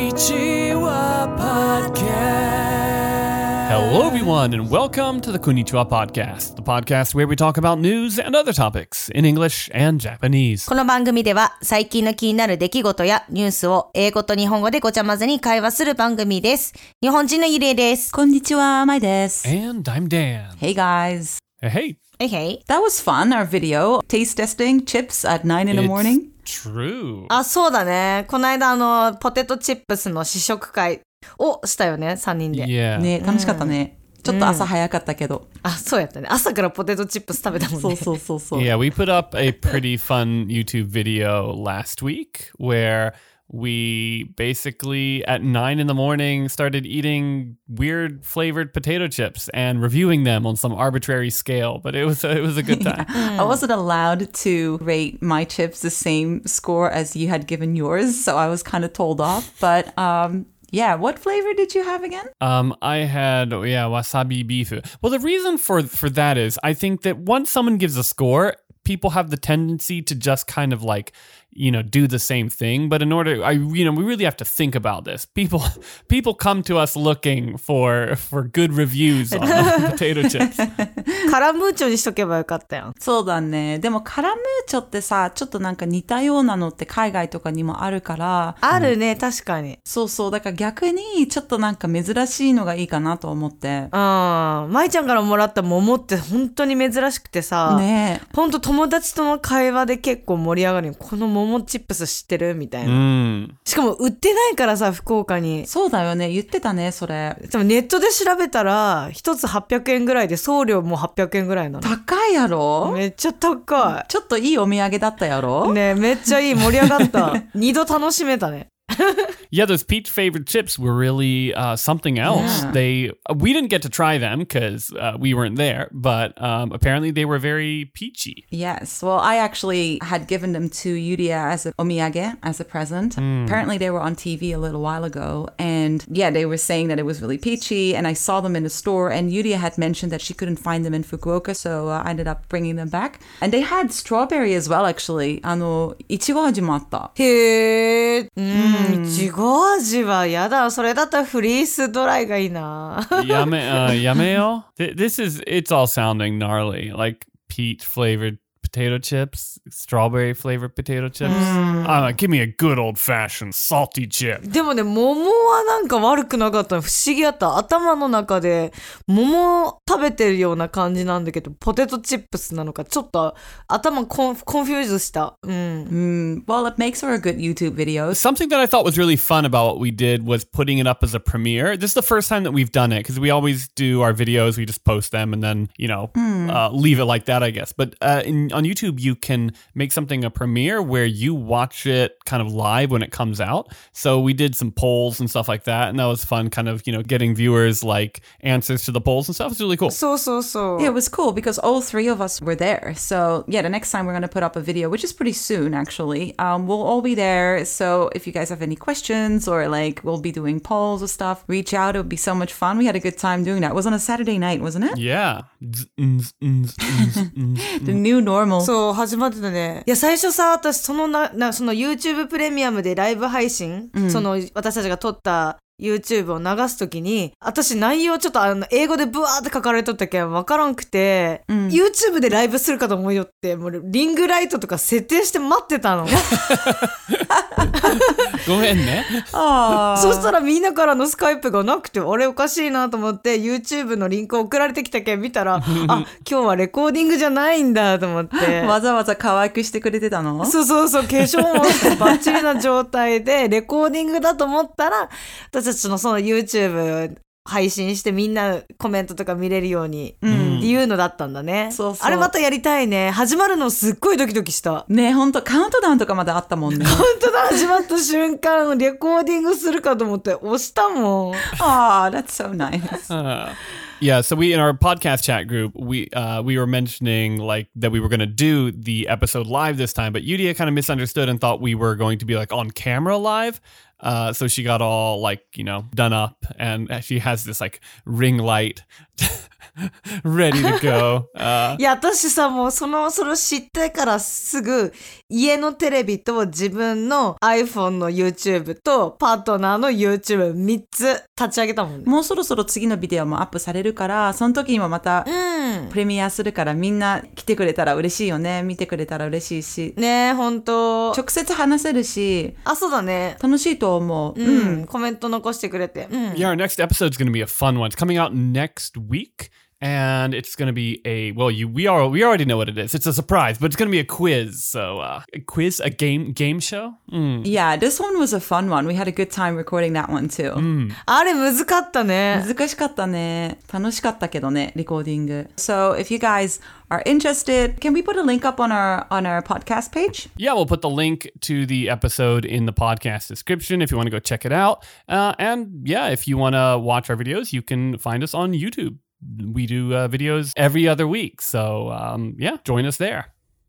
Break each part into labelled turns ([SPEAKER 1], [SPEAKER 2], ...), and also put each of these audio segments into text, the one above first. [SPEAKER 1] Konnichiwa Podcast.
[SPEAKER 2] Hello, everyone, and welcome to the Konnichiwa Podcast, the podcast where we talk about news and other topics in English and Japanese.
[SPEAKER 3] この番組では最近の気になる出来事やニュースを英語と日本語でごちゃ混ぜに会話する番組です。日本人のゆりえです。
[SPEAKER 4] こんにちは、まいです。
[SPEAKER 2] And I'm Dan.
[SPEAKER 4] Hey guys.
[SPEAKER 2] Hey, Hey,
[SPEAKER 3] Hey, hey.
[SPEAKER 4] That was fun, our video. Taste testing chips at 9 in the
[SPEAKER 2] It's
[SPEAKER 4] morning. Uh,
[SPEAKER 2] True.
[SPEAKER 3] あ、そうだね。この間あの、ポテトチップスの試食会をしたよね、3人で。
[SPEAKER 2] Yeah.
[SPEAKER 4] ね、楽しかったね。ちょっと朝早かったけど。
[SPEAKER 3] あ、そうやったね。朝からポテトチップス食べたもん
[SPEAKER 4] そう
[SPEAKER 3] ね。
[SPEAKER 4] そうそうそう。
[SPEAKER 2] Yeah, we put up a pretty fun YouTube video last week where we basically at nine in the morning started eating weird flavored potato chips and reviewing them on some arbitrary scale. But it was it was a good time.
[SPEAKER 4] I wasn't allowed to rate my chips the same score as you had given yours, so I was kind of told off. But um, yeah, what flavor did you have again?
[SPEAKER 2] Um, I had oh, yeah wasabi beef. Well, the reason for for that is I think that once someone gives a score, people have the tendency to just kind of like you know do the same thing. But in order, I you know we really have to think about this. People people come to us looking for for good reviews on potato chips.
[SPEAKER 3] カラムーチョにしとけばよかったよ。
[SPEAKER 4] そうだね。でもカラムーチョってさ、ちょっとなんか似たようなのって海外とかにもあるから、
[SPEAKER 3] あるね、確かに。
[SPEAKER 4] そうそう、だから逆にちょっとなんか珍しいのがいいかなと思って。
[SPEAKER 3] うん。舞ちゃんからもらった桃って本当に珍しくてさ。
[SPEAKER 4] ねえ。
[SPEAKER 3] ほんと友達との会話で結構盛り上がるよ。この桃チップス知ってるみたいな。
[SPEAKER 2] Mm.
[SPEAKER 3] しかも売ってないからさ、福岡に。
[SPEAKER 4] そうだよね。言ってたね、それ。
[SPEAKER 3] でもネットで調べたら、一つ800円ぐらいで送料も800円ぐらいなの。
[SPEAKER 4] 高いやろ
[SPEAKER 3] めっちゃ高
[SPEAKER 4] ちょっといいお土産だったやろ
[SPEAKER 3] い。ねめっちゃいい。盛り上が った。二度楽しめたね。
[SPEAKER 2] Yeah, those peach flavored chips were really uh, something else.
[SPEAKER 4] Yeah.
[SPEAKER 2] They we didn't get to try them because uh, we weren't there, but um, apparently they were very peachy.
[SPEAKER 4] Yes. Well, I actually had given them to Yuria as a omiyage, as a present. Apparently, they were on TV a little while ago. And yeah, they were saying that it was really peachy. And I saw them in the store. And Yuria had mentioned that she couldn't find them in Fukuoka. So uh, I ended up bringing them back. And they had strawberry as well, actually. あの、いちご味もあった。
[SPEAKER 3] へえ。うん。いちご味はやだ。それだったらフリースドライがいいな。
[SPEAKER 2] Yame, uh, yameo. Th- this is it's all sounding gnarly, like peach flavored potato chips, strawberry flavored potato chips. Uh, give me a good old fashioned salty chip.
[SPEAKER 3] でもね、桃はなんか悪くなかったの不思議やった。頭の中で桃を食べてるような感じなんだけど、ポテトチップスなのか、ちょっと頭コンコンフューズした。うん。
[SPEAKER 4] Mm, well, it makes for a good YouTube video.
[SPEAKER 2] Something that I thought was really fun about what we did was putting it up as a premiere. This is the first time that we've done it because we always do our videos, we just post them and then, you know, uh, leave it like that, I guess. But uh, in, on YouTube, you can make something a premiere where you watch it kind of live when it comes out. So we did some polls and stuff like that. And that was fun, kind of, you know, getting viewers like answers to the polls and stuff. It's really cool.
[SPEAKER 3] そうそうそう。
[SPEAKER 4] Yeah, it was cool because all three of us were there. So yeah, the next time we're gonna put up a video, which is pretty soon actually. Um, we'll all be there. So if you guys have any questions or like we'll be doing polls or stuff, reach out. It would be so much fun. We had a good time doing that. It was on a Saturday night, wasn't it?
[SPEAKER 2] Yeah. Zzz, nz, nz, nz, nz.
[SPEAKER 4] The new normal.
[SPEAKER 3] そう、始まってたね。いや、最初さ、私、そのな、な、その YouTube プレミアムでライブ配信、その、私たちが撮った YouTube を流すときに、私、内容ちょっと、あの、英語でブワーって書かれとったけん、わからんくて、YouTube でライブするかと思いよって、もう、リングライトとか設定して待ってたの。
[SPEAKER 2] Go ahead, man.
[SPEAKER 4] Aw.
[SPEAKER 3] そしたらみんなからのスカイプがなくて、あれおかしいなと思って、YouTube のリンク送られてきたけん見たら、あ、今日はレコーディングじゃないんだと思って。
[SPEAKER 4] わざわざ可愛くしてくれてたの
[SPEAKER 3] そうそうそう、化粧もしてバッチリな状態で、 レコーディングだと思ったら、私たちのその YouTube 配信してみんなコメントとか見れるように、
[SPEAKER 2] Mm.
[SPEAKER 3] っていうのだったんだね。
[SPEAKER 4] そうそう
[SPEAKER 3] あれまたやりたいね。始まるのすっごいドキドキした。
[SPEAKER 4] ねほんとカウントダウンとかまであったもん ね。
[SPEAKER 3] 本当だ、始まった瞬間、レコーディングするかと思って押した もん。
[SPEAKER 4] ああ、that's so nice.
[SPEAKER 2] Uh, yeah, so we in our podcast chat group, we uh, we were mentioning like that we were going to do the episode live this time, but Yudia kind of misunderstood and thought we were going to be like on camera live. Uh, so uh, she got all like you know done up, and she has this like ring light ready to go. Uh,
[SPEAKER 3] いや、私さ、もうその、それを知ってからすぐ、家のテレビと自分の iPhone の YouTube とパートナーの YouTube3 つ立ち上げたもんね。
[SPEAKER 4] もうそろそろ次のビデオもアップされるから、その時にもまた
[SPEAKER 3] うん。
[SPEAKER 4] プレミアするからみんな来てくれたら嬉しいよね。見てくれたら嬉しいし。
[SPEAKER 3] ねえ、ほんと。
[SPEAKER 4] 直接話せるし、
[SPEAKER 3] あ、そうだね。
[SPEAKER 4] 楽しいと思う。
[SPEAKER 3] う
[SPEAKER 4] うん。
[SPEAKER 3] ん。コメント残してくれて。うん。
[SPEAKER 2] yeah, our next episode is going to be a fun one. It's coming out next week, and it's going to be a well, you we are we already know what it is. It's a surprise, but it's going to be a quiz. So uh, a quiz, a game game show. Mm.
[SPEAKER 4] Yeah, this one was a fun one. We had a good time recording that one too.
[SPEAKER 3] あれ、難かったね。
[SPEAKER 4] 難しかったね。楽しかったけどね、レコーディング。So if you guys are interested, can we put a link up on our on our podcast page?
[SPEAKER 2] Yeah, we'll put the link to the episode in the podcast description if you want to go check it out. Uh, and yeah, if you want to watch our videos, you can find us on YouTube. We do uh, videos every other week, so um, yeah, join us there.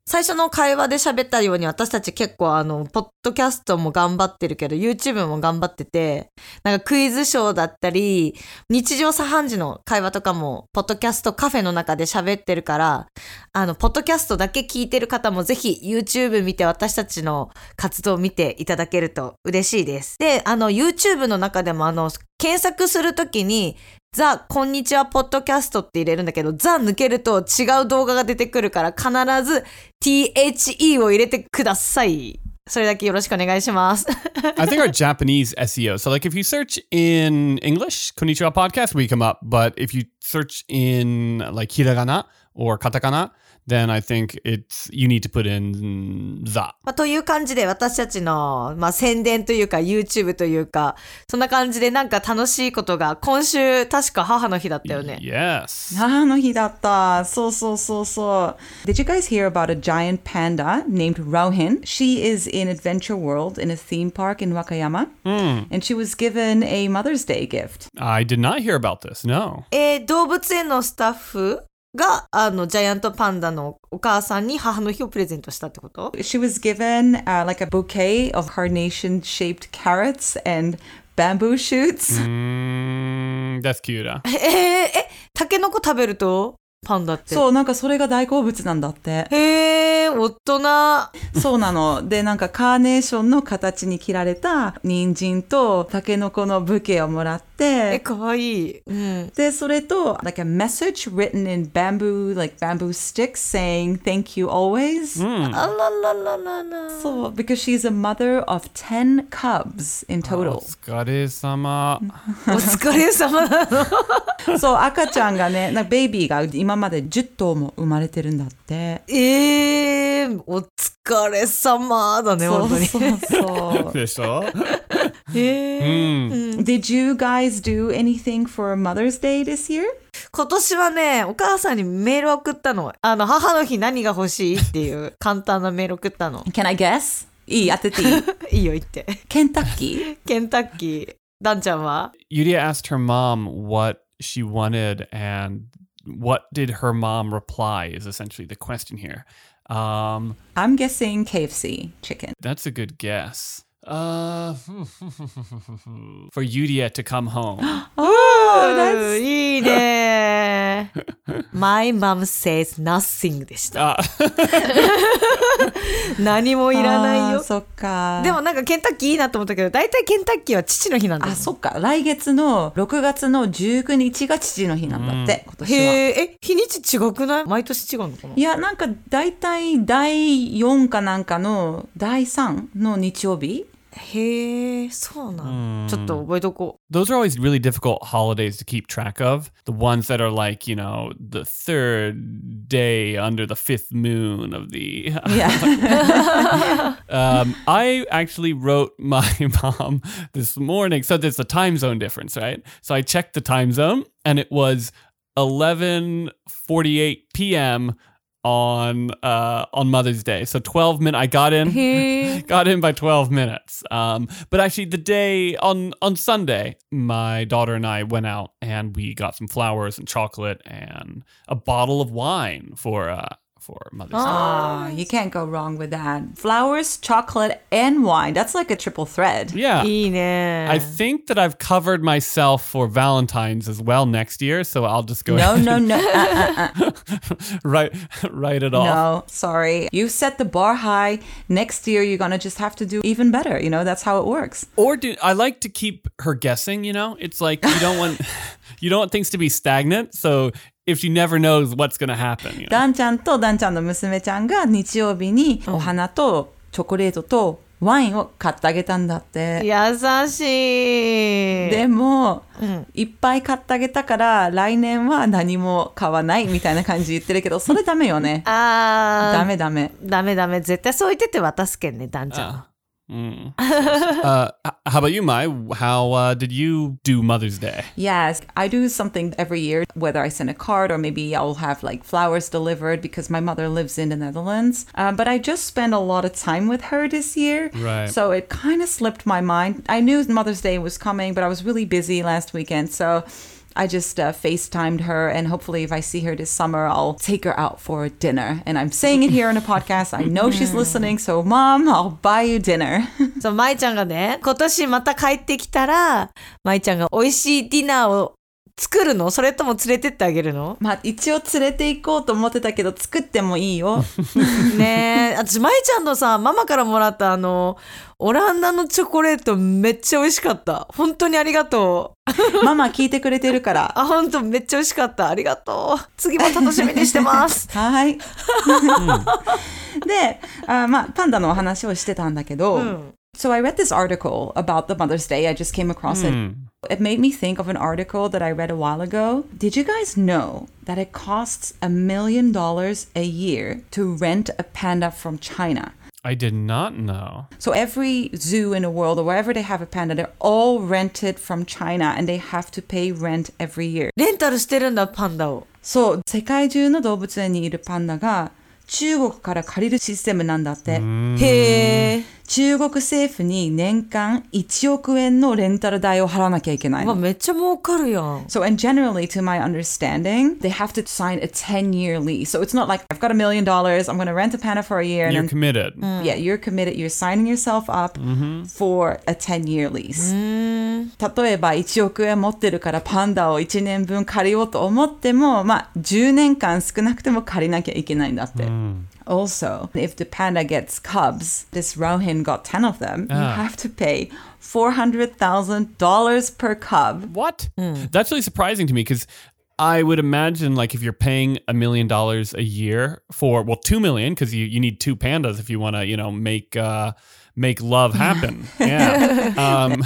[SPEAKER 3] 最初の会話で喋ったように私たち結構あの、ポッドキャストも頑張ってるけど、YouTube も頑張ってて、なんかクイズショーだったり、日常茶飯事の会話とかも、ポッドキャストカフェの中で喋ってるから、あの、ポッドキャストだけ聞いてる方もぜひ YouTube 見て私たちの活動を見ていただけると嬉しいです。で、あの、YouTube の中でもあの、検索するときに、ザ・こんにちはポッドキャストって入れるんだけど、ザ抜けると違う動画が出てくるから必ず THE を入れてください。それだけよろしくお願いしま す。
[SPEAKER 2] I think our Japanese SEO. So, like, if you search in English, Konnichiwa Podcast, we come up. But if you search in like hiragana or katakana, then I think it's you need to put in za.
[SPEAKER 3] まあ、という感じで私たちの、まあ、宣伝というか YouTube というか、そんな感じでなんか楽しいことが、今週確か母の日だったよね。
[SPEAKER 2] Yes.
[SPEAKER 4] 母の日だった。そうそうそうそう。Did you guys hear about a giant panda named Rauhin? She is in Adventure World in a theme park in Wakayama. And she was given a Mother's Day gift.
[SPEAKER 2] I did not hear about this. No.
[SPEAKER 3] えー動物園のスタッフが、あの、ジャイアントパンダのお母さんに母の日をプレゼントしたってこと
[SPEAKER 4] She was given uh, like a bouquet of carnation shaped carrots and bamboo shoots.
[SPEAKER 2] Hmm. Mm, that's cute. Huh?
[SPEAKER 3] えー、え、タケノコ食べるとパンダって。
[SPEAKER 4] そう、なんかそれが大好物なんだって。
[SPEAKER 3] へえ、大人。
[SPEAKER 4] そうなの。で、なんかカーネーションの形に切られた人参とタケノコのブケをもらっ
[SPEAKER 3] え、
[SPEAKER 4] て、
[SPEAKER 3] かわいい。うん。
[SPEAKER 4] で、それと、like a message written in bamboo, like bamboo sticks saying thank you always.
[SPEAKER 3] あららららら。
[SPEAKER 4] So, because she's a mother of 10 cubs in total.
[SPEAKER 2] Otsukare-sama.
[SPEAKER 3] お疲れ様なの。
[SPEAKER 4] そう、赤ちゃんがね、なんかベイビーが今まで10頭も生まれてるんだって。
[SPEAKER 3] ええお疲れ様だね、
[SPEAKER 4] そう
[SPEAKER 3] 本当に。
[SPEAKER 4] そう そう。
[SPEAKER 3] へえ
[SPEAKER 2] Mm.
[SPEAKER 4] Did you guys do anything for Mother's Day this year?
[SPEAKER 3] 今年はね、お母さんにメール送ったの。あの、母の日何が欲しいっていう簡単なメール送ったの。
[SPEAKER 4] Can I guess? いい当てていい
[SPEAKER 3] い いよ、言って。
[SPEAKER 4] ケンタッキー
[SPEAKER 3] ケンタッキー。ダンちゃんは
[SPEAKER 2] Yuria asked her mom what she wanted, and what did her mom reply is essentially the question here. Um,
[SPEAKER 4] I'm guessing KFC chicken.
[SPEAKER 2] that's a good guess. Uh, for Yuria to come home.
[SPEAKER 4] Oh,
[SPEAKER 3] うんいいね My mom says nothing でした。
[SPEAKER 2] Uh,
[SPEAKER 3] 何もいらないよ。
[SPEAKER 4] Ah, そっか。
[SPEAKER 3] でも、なんかケンタッキーいいなと思ったけど、大体ケンタッキーは父の日なんだよ
[SPEAKER 4] あ、そっか。来月の6月の19日が父の日なんだって、
[SPEAKER 3] へ
[SPEAKER 4] 今年は。
[SPEAKER 3] え、え、日にち違くない毎年違うのかない
[SPEAKER 4] や、なんか大体第4かなんかの第3の日 曜日
[SPEAKER 3] へえ、そうなんちょっと覚えとこ
[SPEAKER 2] those are always really difficult holidays to keep track of. The ones that are like, you know, the third day under the fifth moon of the. um, I actually wrote my mom this morning. So there's a time zone difference, right? So I checked the time zone and it was 11:48 p.m. on uh, on Mother's Day. So 12 minutes. I got in.
[SPEAKER 3] う。へえ。
[SPEAKER 2] got in by 12 minutes um, but actually the day on on sunday my daughter and i went out and we got some flowers and chocolate and a bottle of wine for uh, for Mother's Day.
[SPEAKER 4] Ah, you can't go wrong with that. Flowers, chocolate, and wine. That's like a triple thread.
[SPEAKER 2] Yeah.
[SPEAKER 3] いいね。
[SPEAKER 2] I think that I've covered myself for Valentine's as well next year, so I'll just go
[SPEAKER 4] No,
[SPEAKER 2] ahead
[SPEAKER 4] no, no. Uh, uh,
[SPEAKER 2] and write write it off.
[SPEAKER 4] no, sorry. You set the bar high. Next year, you're going to just have to do even better. You know, that's how it works.
[SPEAKER 2] Or do I like to keep her guessing, you know? It's like you don't want you don't want things to be stagnant, so if she never knows what's gonna happen, you know.
[SPEAKER 4] ダンちゃんとダンちゃんの娘ちゃんが日曜日にお花とチョコレートとワインを買ってあげたんだって。
[SPEAKER 3] 優しい。
[SPEAKER 4] でも、いっぱい買ってあげたから来年は何も買わないみたいな感じ言ってるけど、それダメよね。
[SPEAKER 3] あー
[SPEAKER 4] ダメダメ。
[SPEAKER 3] ダメダメ。絶対そう言ってて渡すけんね、ダンちゃん。
[SPEAKER 2] Mm. uh, h- how about you, Mai? How uh, did you do Mother's Day?
[SPEAKER 4] Yes, I do something every year, whether I send a card or maybe I'll have like flowers delivered because my mother lives in the Netherlands. Uh, but I just spent a lot of time with her this year.
[SPEAKER 2] Right.
[SPEAKER 4] So it kind of slipped my mind. I knew Mother's Day was coming, but I was really busy last weekend. So I just uh, FaceTimed her, and hopefully, if I see her this summer, I'll take her out for dinner. And I'm saying it here on a podcast. I know she's listening. So, mom, I'll buy you dinner.
[SPEAKER 3] そう、舞ちゃんがね、今年また帰ってきたら、舞ちゃんが美味しいディナーを作るのそれとも連れてってあげるの
[SPEAKER 4] まあ、一応連れて行こうと思ってたけど、作ってもいいよ。
[SPEAKER 3] ねえ。 私、舞ちゃんのさ、ママからもらったあの、オランダのチョコレートめっちゃ美味しかった。本当にありがとう。
[SPEAKER 4] ママ聞いてくれてるから。
[SPEAKER 3] あ、本当めっちゃ美味しかった。ありがとう。次も楽しみにして ます。
[SPEAKER 4] はい。で、あまあ、パンダのお話をしてたんだけど、So I read this article about the Mother's Day. I just came across it. It made me think of an article that I read a while ago. Did you guys know that it costs a million dollars a year to rent a panda from China?
[SPEAKER 2] I did not know.
[SPEAKER 4] So every zoo in the world or wherever they have a panda, they're all rented from China and they have to pay rent every year.
[SPEAKER 3] レンタルしてるんだ、パンダを。
[SPEAKER 4] そう、世界中の動物園にいるパンダが中国から借りるシステムなんだって。
[SPEAKER 3] へえ。
[SPEAKER 4] 中国政府に年間1億円のレンタル代を払わなきゃいけない
[SPEAKER 3] まあ、
[SPEAKER 4] の。
[SPEAKER 3] めっちゃ儲かるやん。
[SPEAKER 4] So, and generally, to my understanding, they have to sign a 10 year lease. So it's not like I've got a million dollars, I'm going to rent a panda for a year. And
[SPEAKER 2] You're
[SPEAKER 4] then-
[SPEAKER 2] committed.
[SPEAKER 4] yeah, you're committed, you're signing yourself up
[SPEAKER 2] Mm-hmm.
[SPEAKER 4] for a 10 year lease.
[SPEAKER 2] Mm.
[SPEAKER 4] 例えば1億円持ってるからパンダを1年分借りようと思っても、まあ、10年間少なくても借りなきゃいけないんだって。Also,
[SPEAKER 2] Mm.
[SPEAKER 4] if the panda gets cubs, this Rohin got 10 of them, you
[SPEAKER 2] Ah.
[SPEAKER 4] have to pay $400,000 per cub.
[SPEAKER 2] What? That's really surprising to me because I would imagine like if you're paying a million dollars a year for well two million because you, you need two pandas if you want to you know make uh, make love happen. yeah. Um,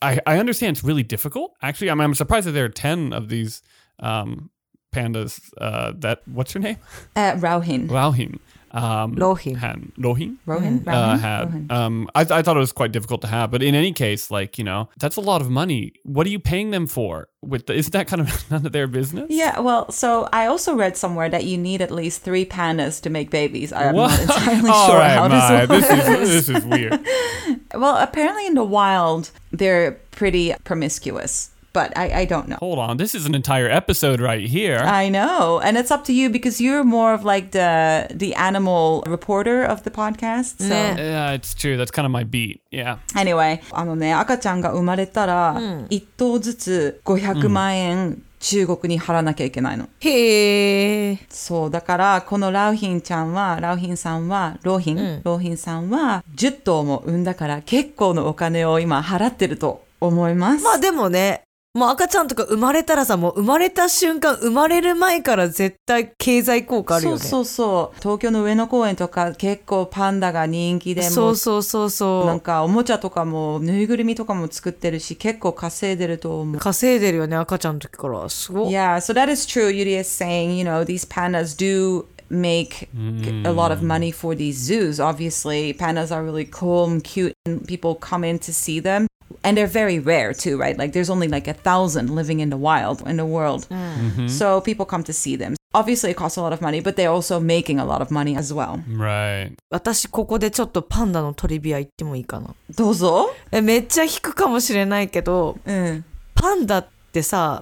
[SPEAKER 2] I I understand it's really difficult. Actually, I'm I'm surprised that there are ten of these um, pandas. Uh, that what's her name?
[SPEAKER 4] Uh, Rohin.
[SPEAKER 2] Rohin. Um,
[SPEAKER 3] Rohin.
[SPEAKER 2] Han, Rohin.
[SPEAKER 4] Rohin?
[SPEAKER 2] uh,
[SPEAKER 4] Rohin?
[SPEAKER 2] had. Um, I, I thought it was quite difficult to have, but in any case, like you know, that's a lot of money. What are you paying them for? With the, isn't that kind of none of their business?
[SPEAKER 4] Yeah, well, so I also read somewhere that you need at least three pandas to make babies. I'm
[SPEAKER 2] What?
[SPEAKER 4] not entirely
[SPEAKER 2] All
[SPEAKER 4] sure
[SPEAKER 2] right,
[SPEAKER 4] how
[SPEAKER 2] Mai,
[SPEAKER 4] this works.
[SPEAKER 2] this is this is weird.
[SPEAKER 4] Well, apparently in the wild, they're pretty promiscuous, but I, I don't know.
[SPEAKER 2] Hold on, this is an entire episode right here.
[SPEAKER 4] I know, and it's up to you because you're more of like the the animal reporter of the podcast. So
[SPEAKER 3] Nah.
[SPEAKER 2] yeah, it's true. That's kind of my beat. Yeah.
[SPEAKER 4] anyway, あのね赤ちゃんが生まれたら一頭ずつ500万
[SPEAKER 2] Hmm.
[SPEAKER 4] 円中国に払わなきゃいけないの。
[SPEAKER 3] へえ。
[SPEAKER 4] そうだからこのラウヒンちゃんはラウヒンさんはローヒン、ローヒンさんは10頭も産んだから結構のお金を今払ってると思います。
[SPEAKER 3] まあでもね、もう赤ちゃんとか生まれたらさ、もう生まれた瞬間、生まれる前から絶対経済効果あるよね。
[SPEAKER 4] そうそうそう東京の上野公園とか結構パンダが人気で
[SPEAKER 3] そ
[SPEAKER 4] も
[SPEAKER 3] うそうそう
[SPEAKER 4] うなん
[SPEAKER 3] そ
[SPEAKER 4] かおもちゃとかもぬいぐるみとかも作ってるし結構稼いでると思
[SPEAKER 3] う。
[SPEAKER 4] う。
[SPEAKER 3] 稼いでるよね、赤ちゃんの時から。すごい。
[SPEAKER 4] Yeah, so that is true. Yuri is saying, you know, these pandas do make
[SPEAKER 2] Mm,
[SPEAKER 4] a lot of money for these zoos. Obviously, pandas are really cool and cute, and people come in to see them. And they're very rare too, right? Like there's only like a thousand living in the wild in the world. So people come to see them. Obviously, it costs a lot of money, but they're also making a lot of money as well.
[SPEAKER 2] Right.
[SPEAKER 3] 私、ここでちょっとパンダのトリビア行ってもいいかな。
[SPEAKER 4] どうぞ。
[SPEAKER 3] え、めっちゃ引くかもしれないけど、
[SPEAKER 4] Uh,
[SPEAKER 3] パンダって
[SPEAKER 4] mm.
[SPEAKER 3] さ、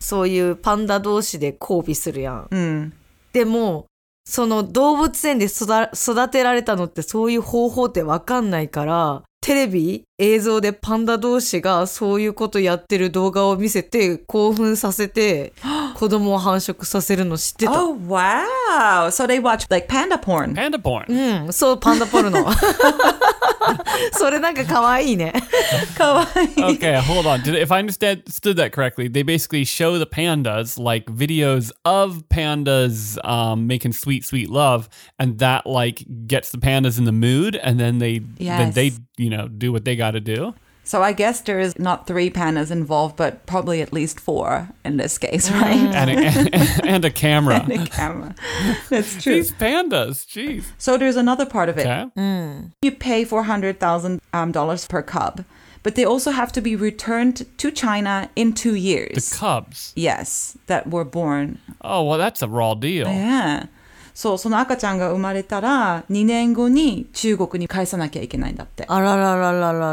[SPEAKER 3] そういうパンダ同士で交尾するやん。でも、その動物園で育育てられたのってそういう方法ってわかんないから、テレビ、映像でパンダ同士がそういうことやってる動画を見せて興奮させて子供を繁殖させるの知ってた。
[SPEAKER 4] Oh wow! So they watch like panda porn.
[SPEAKER 2] Panda porn.
[SPEAKER 3] うん、そう、パンダポル ノ。それなんか可愛いね。
[SPEAKER 4] Kawaii.
[SPEAKER 2] okay, hold on. Did, if I understood stood that correctly, they basically show the pandas like videos of pandas um, making sweet, sweet love, and that like gets the pandas in the mood, and then they then
[SPEAKER 4] Yes.
[SPEAKER 2] they you know do what they got to do.
[SPEAKER 4] So I guess there is not three pandas involved, but probably at least four in this case, right?
[SPEAKER 2] And a, and, a camera.
[SPEAKER 4] The camera. That's true.
[SPEAKER 2] These pandas, jeez.
[SPEAKER 4] So there's another part of it.
[SPEAKER 2] Okay.
[SPEAKER 4] You pay four hundred thousand um, dollars per cub, but they also have to be returned to China in two years.
[SPEAKER 2] The cubs.
[SPEAKER 4] yes, that were born.
[SPEAKER 2] Oh well, that's a raw deal.
[SPEAKER 4] Yeah. そうその赤ちゃんが生まれたら2年後に中国に返さなきゃいけないんだって。
[SPEAKER 3] あらららららら。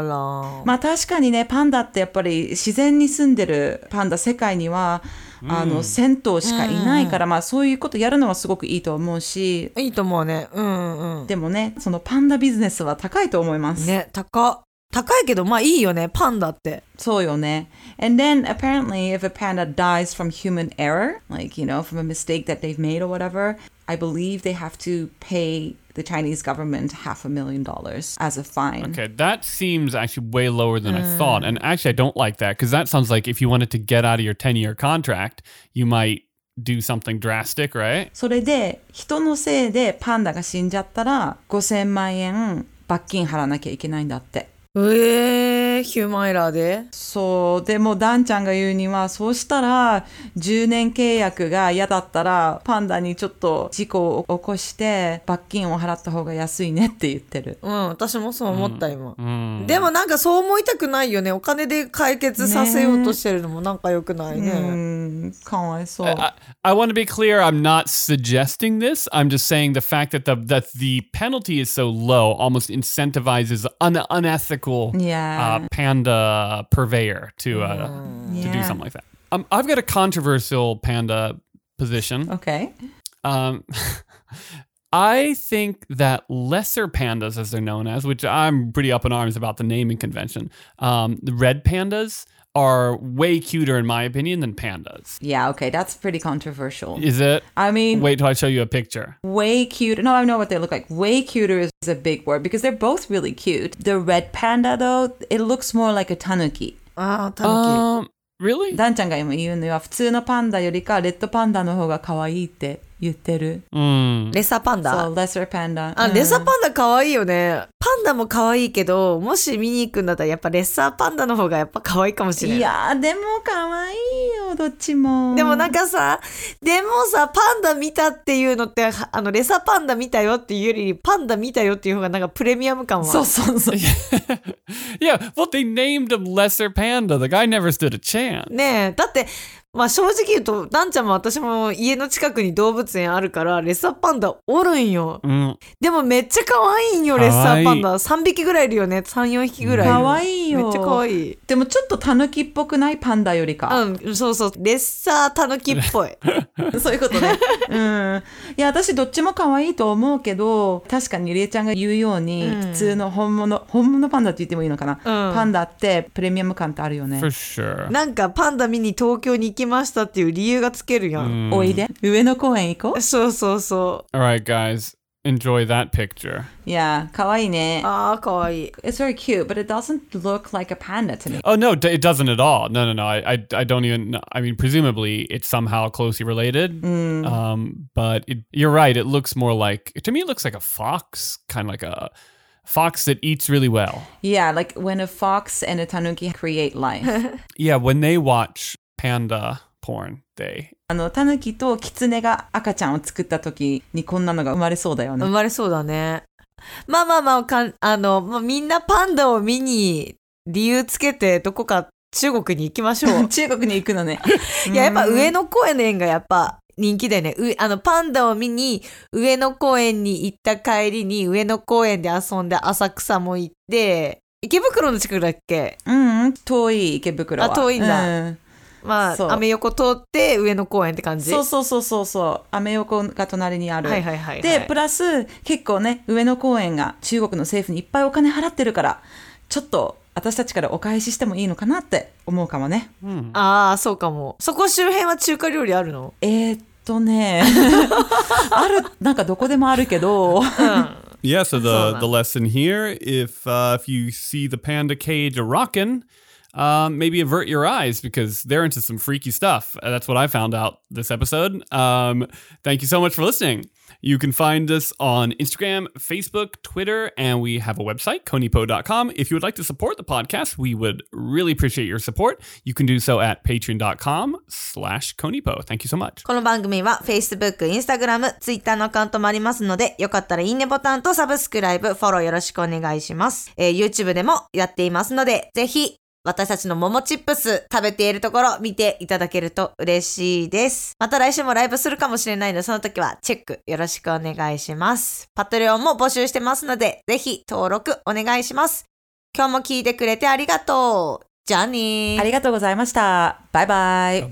[SPEAKER 4] まあ確かにねパンダってやっぱり自然に住んでるパンダ世界には、あの1,000頭しかいないから、まあそういうことやるのはすごくいいと思うし
[SPEAKER 3] いいと思うね。うんうん。
[SPEAKER 4] でもねそのパンダビジネスは高いと思います。
[SPEAKER 3] ね、高っ。高いけど、まあいいよね。パンダって。
[SPEAKER 4] そうよね。And then apparently, if a panda dies from human error, like, you know, from a mistake that they've made or whatever, I believe they have to pay the Chinese government half a million dollars as a fine.
[SPEAKER 2] Okay, that seems actually way lower than
[SPEAKER 4] Mm.
[SPEAKER 2] I thought. And actually, I don't like that because that sounds like if you wanted to get out of your 10 year contract, you might do something drastic, right?
[SPEAKER 4] それで、人のせいでパンダが死んじゃったら、5000万円罰金払わなきゃいけないんだって。
[SPEAKER 3] えー、ヒューマンエラーで
[SPEAKER 4] そう、でも、ダンちゃんが言うには、そうしたら、10年契約が嫌だったら、パンダにちょっと事故を起こして、罰金を払った方が安いねって言ってる。
[SPEAKER 3] うん、私もそう思った今。
[SPEAKER 2] Mm.
[SPEAKER 3] でもなんかそう思いたくないよね。お金で解決させようとしてるのもなんか良くないね。
[SPEAKER 4] うん、かわいそう。
[SPEAKER 2] Uh, I, I want to be clear. I'm not suggesting this. I'm just saying the fact that the that the penalty is so low almost incentivizes an unethical
[SPEAKER 4] Yeah. Mm.
[SPEAKER 2] uh, panda purveyor to uh, to do
[SPEAKER 4] Yeah.
[SPEAKER 2] something like that. Um, I've got a controversial panda position.
[SPEAKER 4] okay.
[SPEAKER 2] Um, I think that lesser pandas, as they're known as, which I'm pretty up in arms about the naming convention, um, the red pandas are way cuter, in my opinion, than pandas.
[SPEAKER 4] Yeah, okay. That's pretty controversial.
[SPEAKER 2] Is it?
[SPEAKER 4] I mean,
[SPEAKER 2] Wait till I show you a picture.
[SPEAKER 4] way cute. No, I know what they look like. Way cuter is, is a big word because they're both really cute. The red panda, though, it looks more like a tanuki.
[SPEAKER 3] ああ、たぬ
[SPEAKER 2] Um, really?
[SPEAKER 4] ダンちゃんが今言うのは普通のパンダよりかレッドパンダの方が可愛いって言ってる。
[SPEAKER 2] Mm.
[SPEAKER 3] き。レッサーパンダ。
[SPEAKER 4] そう、lesser panda。Mm.
[SPEAKER 3] あ、
[SPEAKER 4] うん
[SPEAKER 3] レッサーパンダ可愛いよね。パンダも可愛いけど、もし見に行くんだったらやっぱレッサーパンダの方がやっぱ可愛いかもしれないい。
[SPEAKER 4] やー、でも可愛いよ、どっちも。
[SPEAKER 3] でもなんかさ、でもさ、パンダ見たっていうのって、はあの、レサパンダ見たよっていうより、パンダ見たよっていう方がなんかプレミアム感は。
[SPEAKER 4] そうそうそう。
[SPEAKER 2] yeah. Well, they named him Lesser Panda. The guy never stood a chance.
[SPEAKER 3] ねえ、だって、まあ正直言うと、ダンちゃんも私も家の近くに動物園あるから、レッサーパンダおるんよ。
[SPEAKER 2] Mm.
[SPEAKER 3] でもめっちゃ可愛いんよ、
[SPEAKER 2] 可愛
[SPEAKER 3] レ
[SPEAKER 2] い
[SPEAKER 3] ッサーパンダ。3匹ぐらいいるよね。3、4匹ぐらいいる。
[SPEAKER 4] 可愛いよ
[SPEAKER 3] めっちゃ可愛い。
[SPEAKER 4] でもちょっとタヌキっぽくないパンダよりか。
[SPEAKER 3] うん、そうそう。レッサータヌキっぽい。
[SPEAKER 4] そういうことね。うん。いや、私どっちも可愛いと思うけど、確かにりえちゃんが言うように、普通の本物、本物パンダって言ってもいいのかな。パンダってプレミアム感ってあるよね
[SPEAKER 2] For。sure.
[SPEAKER 3] なんかパンダ見に東京に行きましたっていう理由がつけるやん。
[SPEAKER 4] おいで。上野公園行こ
[SPEAKER 3] そうそうそう。
[SPEAKER 2] All right, guys. Enjoy that picture.
[SPEAKER 4] う。いや、可愛いね。
[SPEAKER 3] ああ、可愛い。
[SPEAKER 4] It's very cute, but it doesn't look like a panda to me.
[SPEAKER 2] Oh no, d- it doesn't at all. No, no, no. I, I, I don't even. I mean, presumably it's somehow closely related. Um, but it, you're right. It looks more like to me. It looks like a fox, kind of like a fox that eats really well.
[SPEAKER 4] Yeah, like when a fox and a tanuki create life.
[SPEAKER 2] Yeah, when they watch panda porn, they
[SPEAKER 4] あの、タヌキとキツネが赤ちゃんを作った時にこんなのが生まれそうだよ
[SPEAKER 3] 生
[SPEAKER 4] ね。
[SPEAKER 3] まれそうだね。まあまあまあ、かんあの、まあ、みんなパンダを見に理由つけてどこか中国に行きましょう。
[SPEAKER 4] 中国に行くのね。
[SPEAKER 3] いや、やっぱ上野公園がやっぱ人気だよね。うあの、パンダを見に上野公園に行った帰りに上野公園で遊んで浅草も行って、池袋の近くだっけ
[SPEAKER 4] うん、遠い池袋は。
[SPEAKER 3] あ遠いんだ
[SPEAKER 4] うん
[SPEAKER 3] ま
[SPEAKER 4] そう
[SPEAKER 3] あ、アメ横通って上野公園って感じ。
[SPEAKER 4] そうそうそうそうそうアメ横が隣にある、
[SPEAKER 3] はいはいはいはい
[SPEAKER 4] でプラス結構ね上野公園が中国の政府にいっぱいお金払ってるからちょっと私たちからお返ししてもいいのかなって思うかもね
[SPEAKER 2] hmm,
[SPEAKER 3] ああ、そうかも。そこ周辺は中華料理あるの
[SPEAKER 4] えー、っ とねあるなんかどこでもあるけど
[SPEAKER 2] Yeah, so the
[SPEAKER 3] all
[SPEAKER 2] the lesson here: if uh, if you see the panda cage a rockin', um, maybe avert your eyes because they're into some freaky stuff. Uh, That's what I found out this episode. Um, thank you so much for listening. You can find us on Instagram, Facebook, Twitter, and we have a website, conipo.com. If you would like to support the podcast, we would really appreciate your support. You can do so at patreon.com slash conipo. Thank you so much.
[SPEAKER 3] この番組は Facebook、Instagram、Twitter のアカウントもありますので、よかったらいいねボタンとサブスクライブ、フォローよろしくお願いします。えー YouTube でもやっていますので、ぜひ、私たちの桃チップス食べているところ見ていただけると嬉しいです。また来週もライブするかもしれないので、その時はチェックよろしくお願いします。パトレオンも募集してますので、ぜひ登録お願いします。今日も聞いてくれてありがとう。じゃあね
[SPEAKER 4] ありがとうございましたバイバイ
[SPEAKER 2] Bye.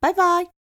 [SPEAKER 3] バイバイ。